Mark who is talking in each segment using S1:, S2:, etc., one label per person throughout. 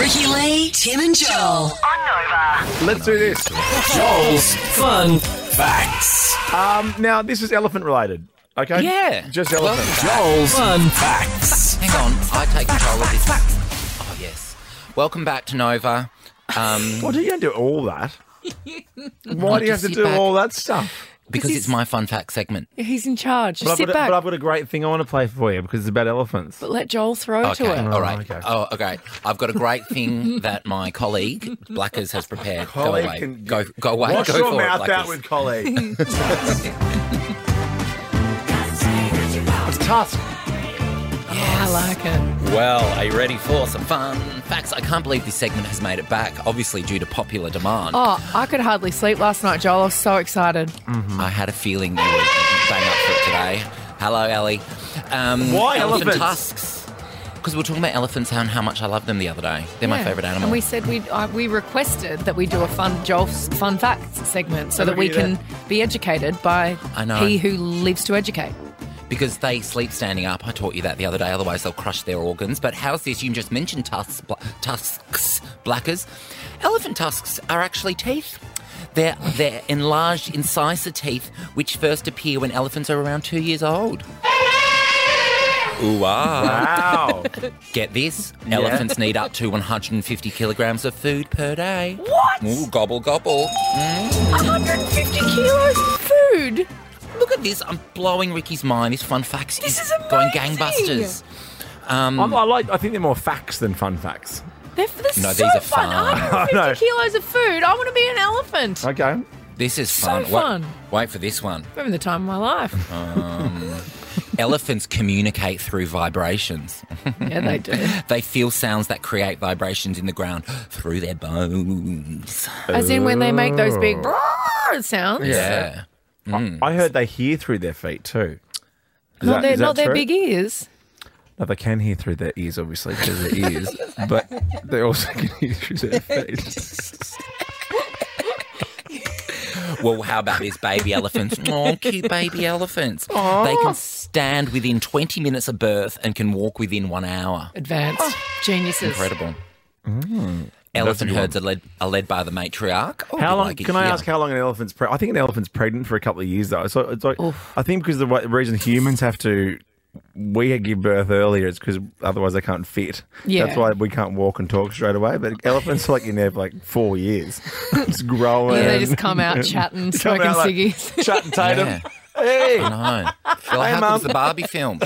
S1: Jackie, Tim, and Joel.
S2: Let's do this.
S3: Joel's fun facts.
S2: Um, now this is elephant related. Okay.
S3: Yeah.
S2: Just
S3: Well,
S2: elephant.
S3: Joel's fun facts.
S4: Hang on, I take control of this. Oh yes. Welcome back to Nova. Um,
S2: Why do you do all that? Why do you have to
S4: just sit
S2: do
S4: back.
S2: all that stuff?
S4: because it's my fun fact segment.
S5: He's in charge. Just
S2: But I've,
S5: sit
S2: got a,
S5: back.
S2: but I've got a great thing I want to play for you because it's about elephants.
S5: But let Joel throw
S4: Okay,
S5: to it.
S4: all right.
S2: okay.
S4: Oh, okay. I've got a great thing that my colleague Blackers has prepared.
S2: Colleague
S4: go away.
S2: can-
S4: go, go away.
S2: Wash
S4: go
S2: your
S4: for it,
S2: mouth out
S4: Blackers.
S2: with colleague. it's Tusk.
S5: I like it.
S4: Well, are you ready for some fun facts? I can't believe this segment has made it back, obviously due to popular demand.
S5: Oh, I could hardly sleep last night, Joel. I was so excited.
S4: I had a feeling you would bang up for it today. Hello, Ellie. Um,
S2: Why elephants?
S4: elephant tusks? Because we were talking about elephants and how much I love them the other day. They're my
S5: Yeah.
S4: favourite animal.
S5: And we said we uh, we requested that we do a fun Joel's fun facts segment so
S2: And
S5: that we
S2: look at
S5: can be educated by
S4: I know.
S5: he who lives to educate.
S4: Because they sleep standing up. I taught you that the other day. Otherwise, they'll crush their organs. But how's this? You just mentioned tusks, bla- tusks, blackers. Elephant tusks are actually teeth. They're, they're enlarged incisor teeth, which first appear when elephants are around two years old. Ooh, ah.
S2: Wow.
S4: Get this elephants need up to 150 kilograms of food per day. What? Ooh, gobble, gobble.
S5: Food.
S4: Look at this. I'm blowing Ricky's mind. This fun fact this is, going gangbusters.
S2: I'm, I like. I think they're more facts than fun facts.
S5: They're, they're
S4: No,
S5: so
S4: these are
S5: fun.
S4: fun.
S5: 150
S2: I know.
S5: kilos of food. I want to be an elephant.
S2: Okay.
S4: This is
S5: So
S4: fun. Wait-
S5: fun.
S4: Wait, for this one.
S5: Remember the time of my life.
S4: Uh-huh. Elephants communicate through vibrations.
S5: yeah, they do.
S4: They feel sounds that create vibrations in the ground through their bones.
S5: As in when they make those big
S2: Oh.
S5: brrrr sounds.
S4: Yeah.
S2: I heard they hear through their feet too. Is
S5: Not,
S2: that-
S5: their,
S2: is that
S5: not their
S2: true?
S5: big ears.
S2: No, they can hear through their ears, obviously, because of their ears, but they also can hear through their feet.
S4: Well, how about these baby elephants? Oh, cute baby elephants. They can stand within 20 minutes of birth and can walk within one hour.
S5: Advanced. Geniuses.
S4: Oh, Incredible.
S2: Mm.
S4: Elephant herds are led, are led by the matriarch. Oh,
S2: How
S4: you
S2: long?
S4: like it,
S2: can I
S4: yeah.
S2: ask how long an elephant's pregnant? I think an elephant's pregnant for a couple of years, though. So it's like I think because the wa- reason humans have to we give birth earlier is because otherwise they can't fit.
S5: Yeah.
S2: that's why we can't walk and talk straight away. But elephants are like in there for like four years, it's growing.
S5: Yeah, they just come out chatting,
S2: Come
S5: smoking
S2: out like
S5: ciggies.
S2: Chatting Tatum.
S4: Yeah.
S2: Hey,
S4: No. Well,
S2: Hey,
S4: how
S2: Mum.
S4: comes the Barbie film?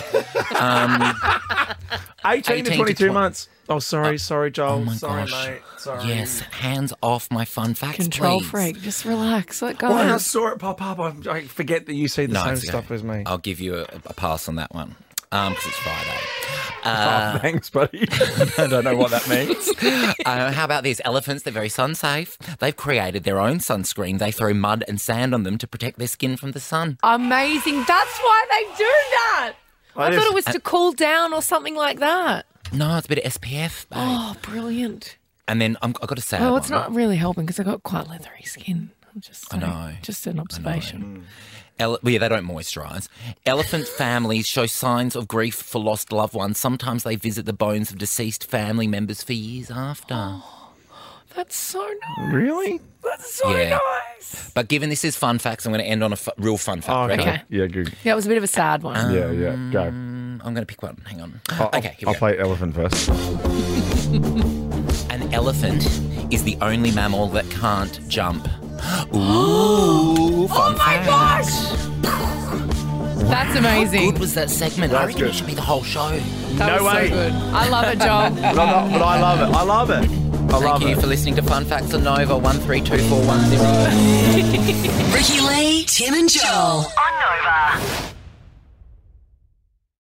S2: 18, to
S4: 18 to
S2: 22
S4: 20.
S2: months. Oh, sorry, sorry, Joel.
S4: my
S2: sorry,
S4: gosh.
S2: mate. Sorry.
S4: Yes, hands off my fun facts,
S5: Control
S4: please.
S5: freak. Just relax. Let go.
S2: When I saw it pop up, I, I forget that you see the
S4: No,
S2: same
S4: it's okay.
S2: stuff as me.
S4: I'll give you a, a pass on that one because it's Friday.
S5: Uh,
S2: Oh, thanks, buddy. I don't know what that means.
S4: Uh, how about these elephants? They're very sun safe. They've created their own sunscreen. They throw mud and sand on them to protect their skin from the sun.
S5: Amazing. That's why they do that. I,
S2: I
S5: thought
S2: just-
S5: it was to cool down or something like that.
S4: No, it's a bit of SPF. babe.
S5: Oh, brilliant.
S4: And then I'm, I've got to say,
S5: Well, Oh, it's not really helping because I got quite leathery skin. I'm just saying,
S4: know. Mm.
S5: Just an observation.
S4: Ele- well, yeah, they don't moisturise. Elephant families show signs of grief for lost loved ones. Sometimes they visit the bones of deceased family members for years after. Oh,
S5: That's so nice.
S2: Really?
S5: That's so
S4: Mm. Yeah.
S5: nice.
S4: But given this is fun facts, I'm going to end on a f- real fun fact. Ready?
S5: Okay.
S2: Oh, Yeah, good.
S5: Yeah, it was a bit of a sad one.
S2: Yeah, yeah. Go.
S4: I'm going to pick one. Hang on.
S2: Oh, I'll,
S4: okay, here
S2: I'll
S4: we go.
S2: play elephant first.
S4: An elephant is the only mammal that can't jump. Ooh, fun oh my fact. gosh!
S5: That's
S4: Good
S5: amazing.
S4: was that segment. I
S2: That's
S4: reckon
S2: good.
S4: it should be the whole show.
S5: That
S2: No
S5: was
S2: way.
S5: so good. I love it, Joel.
S2: But I, but I love it. I love it. I love
S4: Thank you
S2: it.
S4: for listening to Fun Facts on Nova 132410.
S1: Ricky Lee, Tim, and Joel.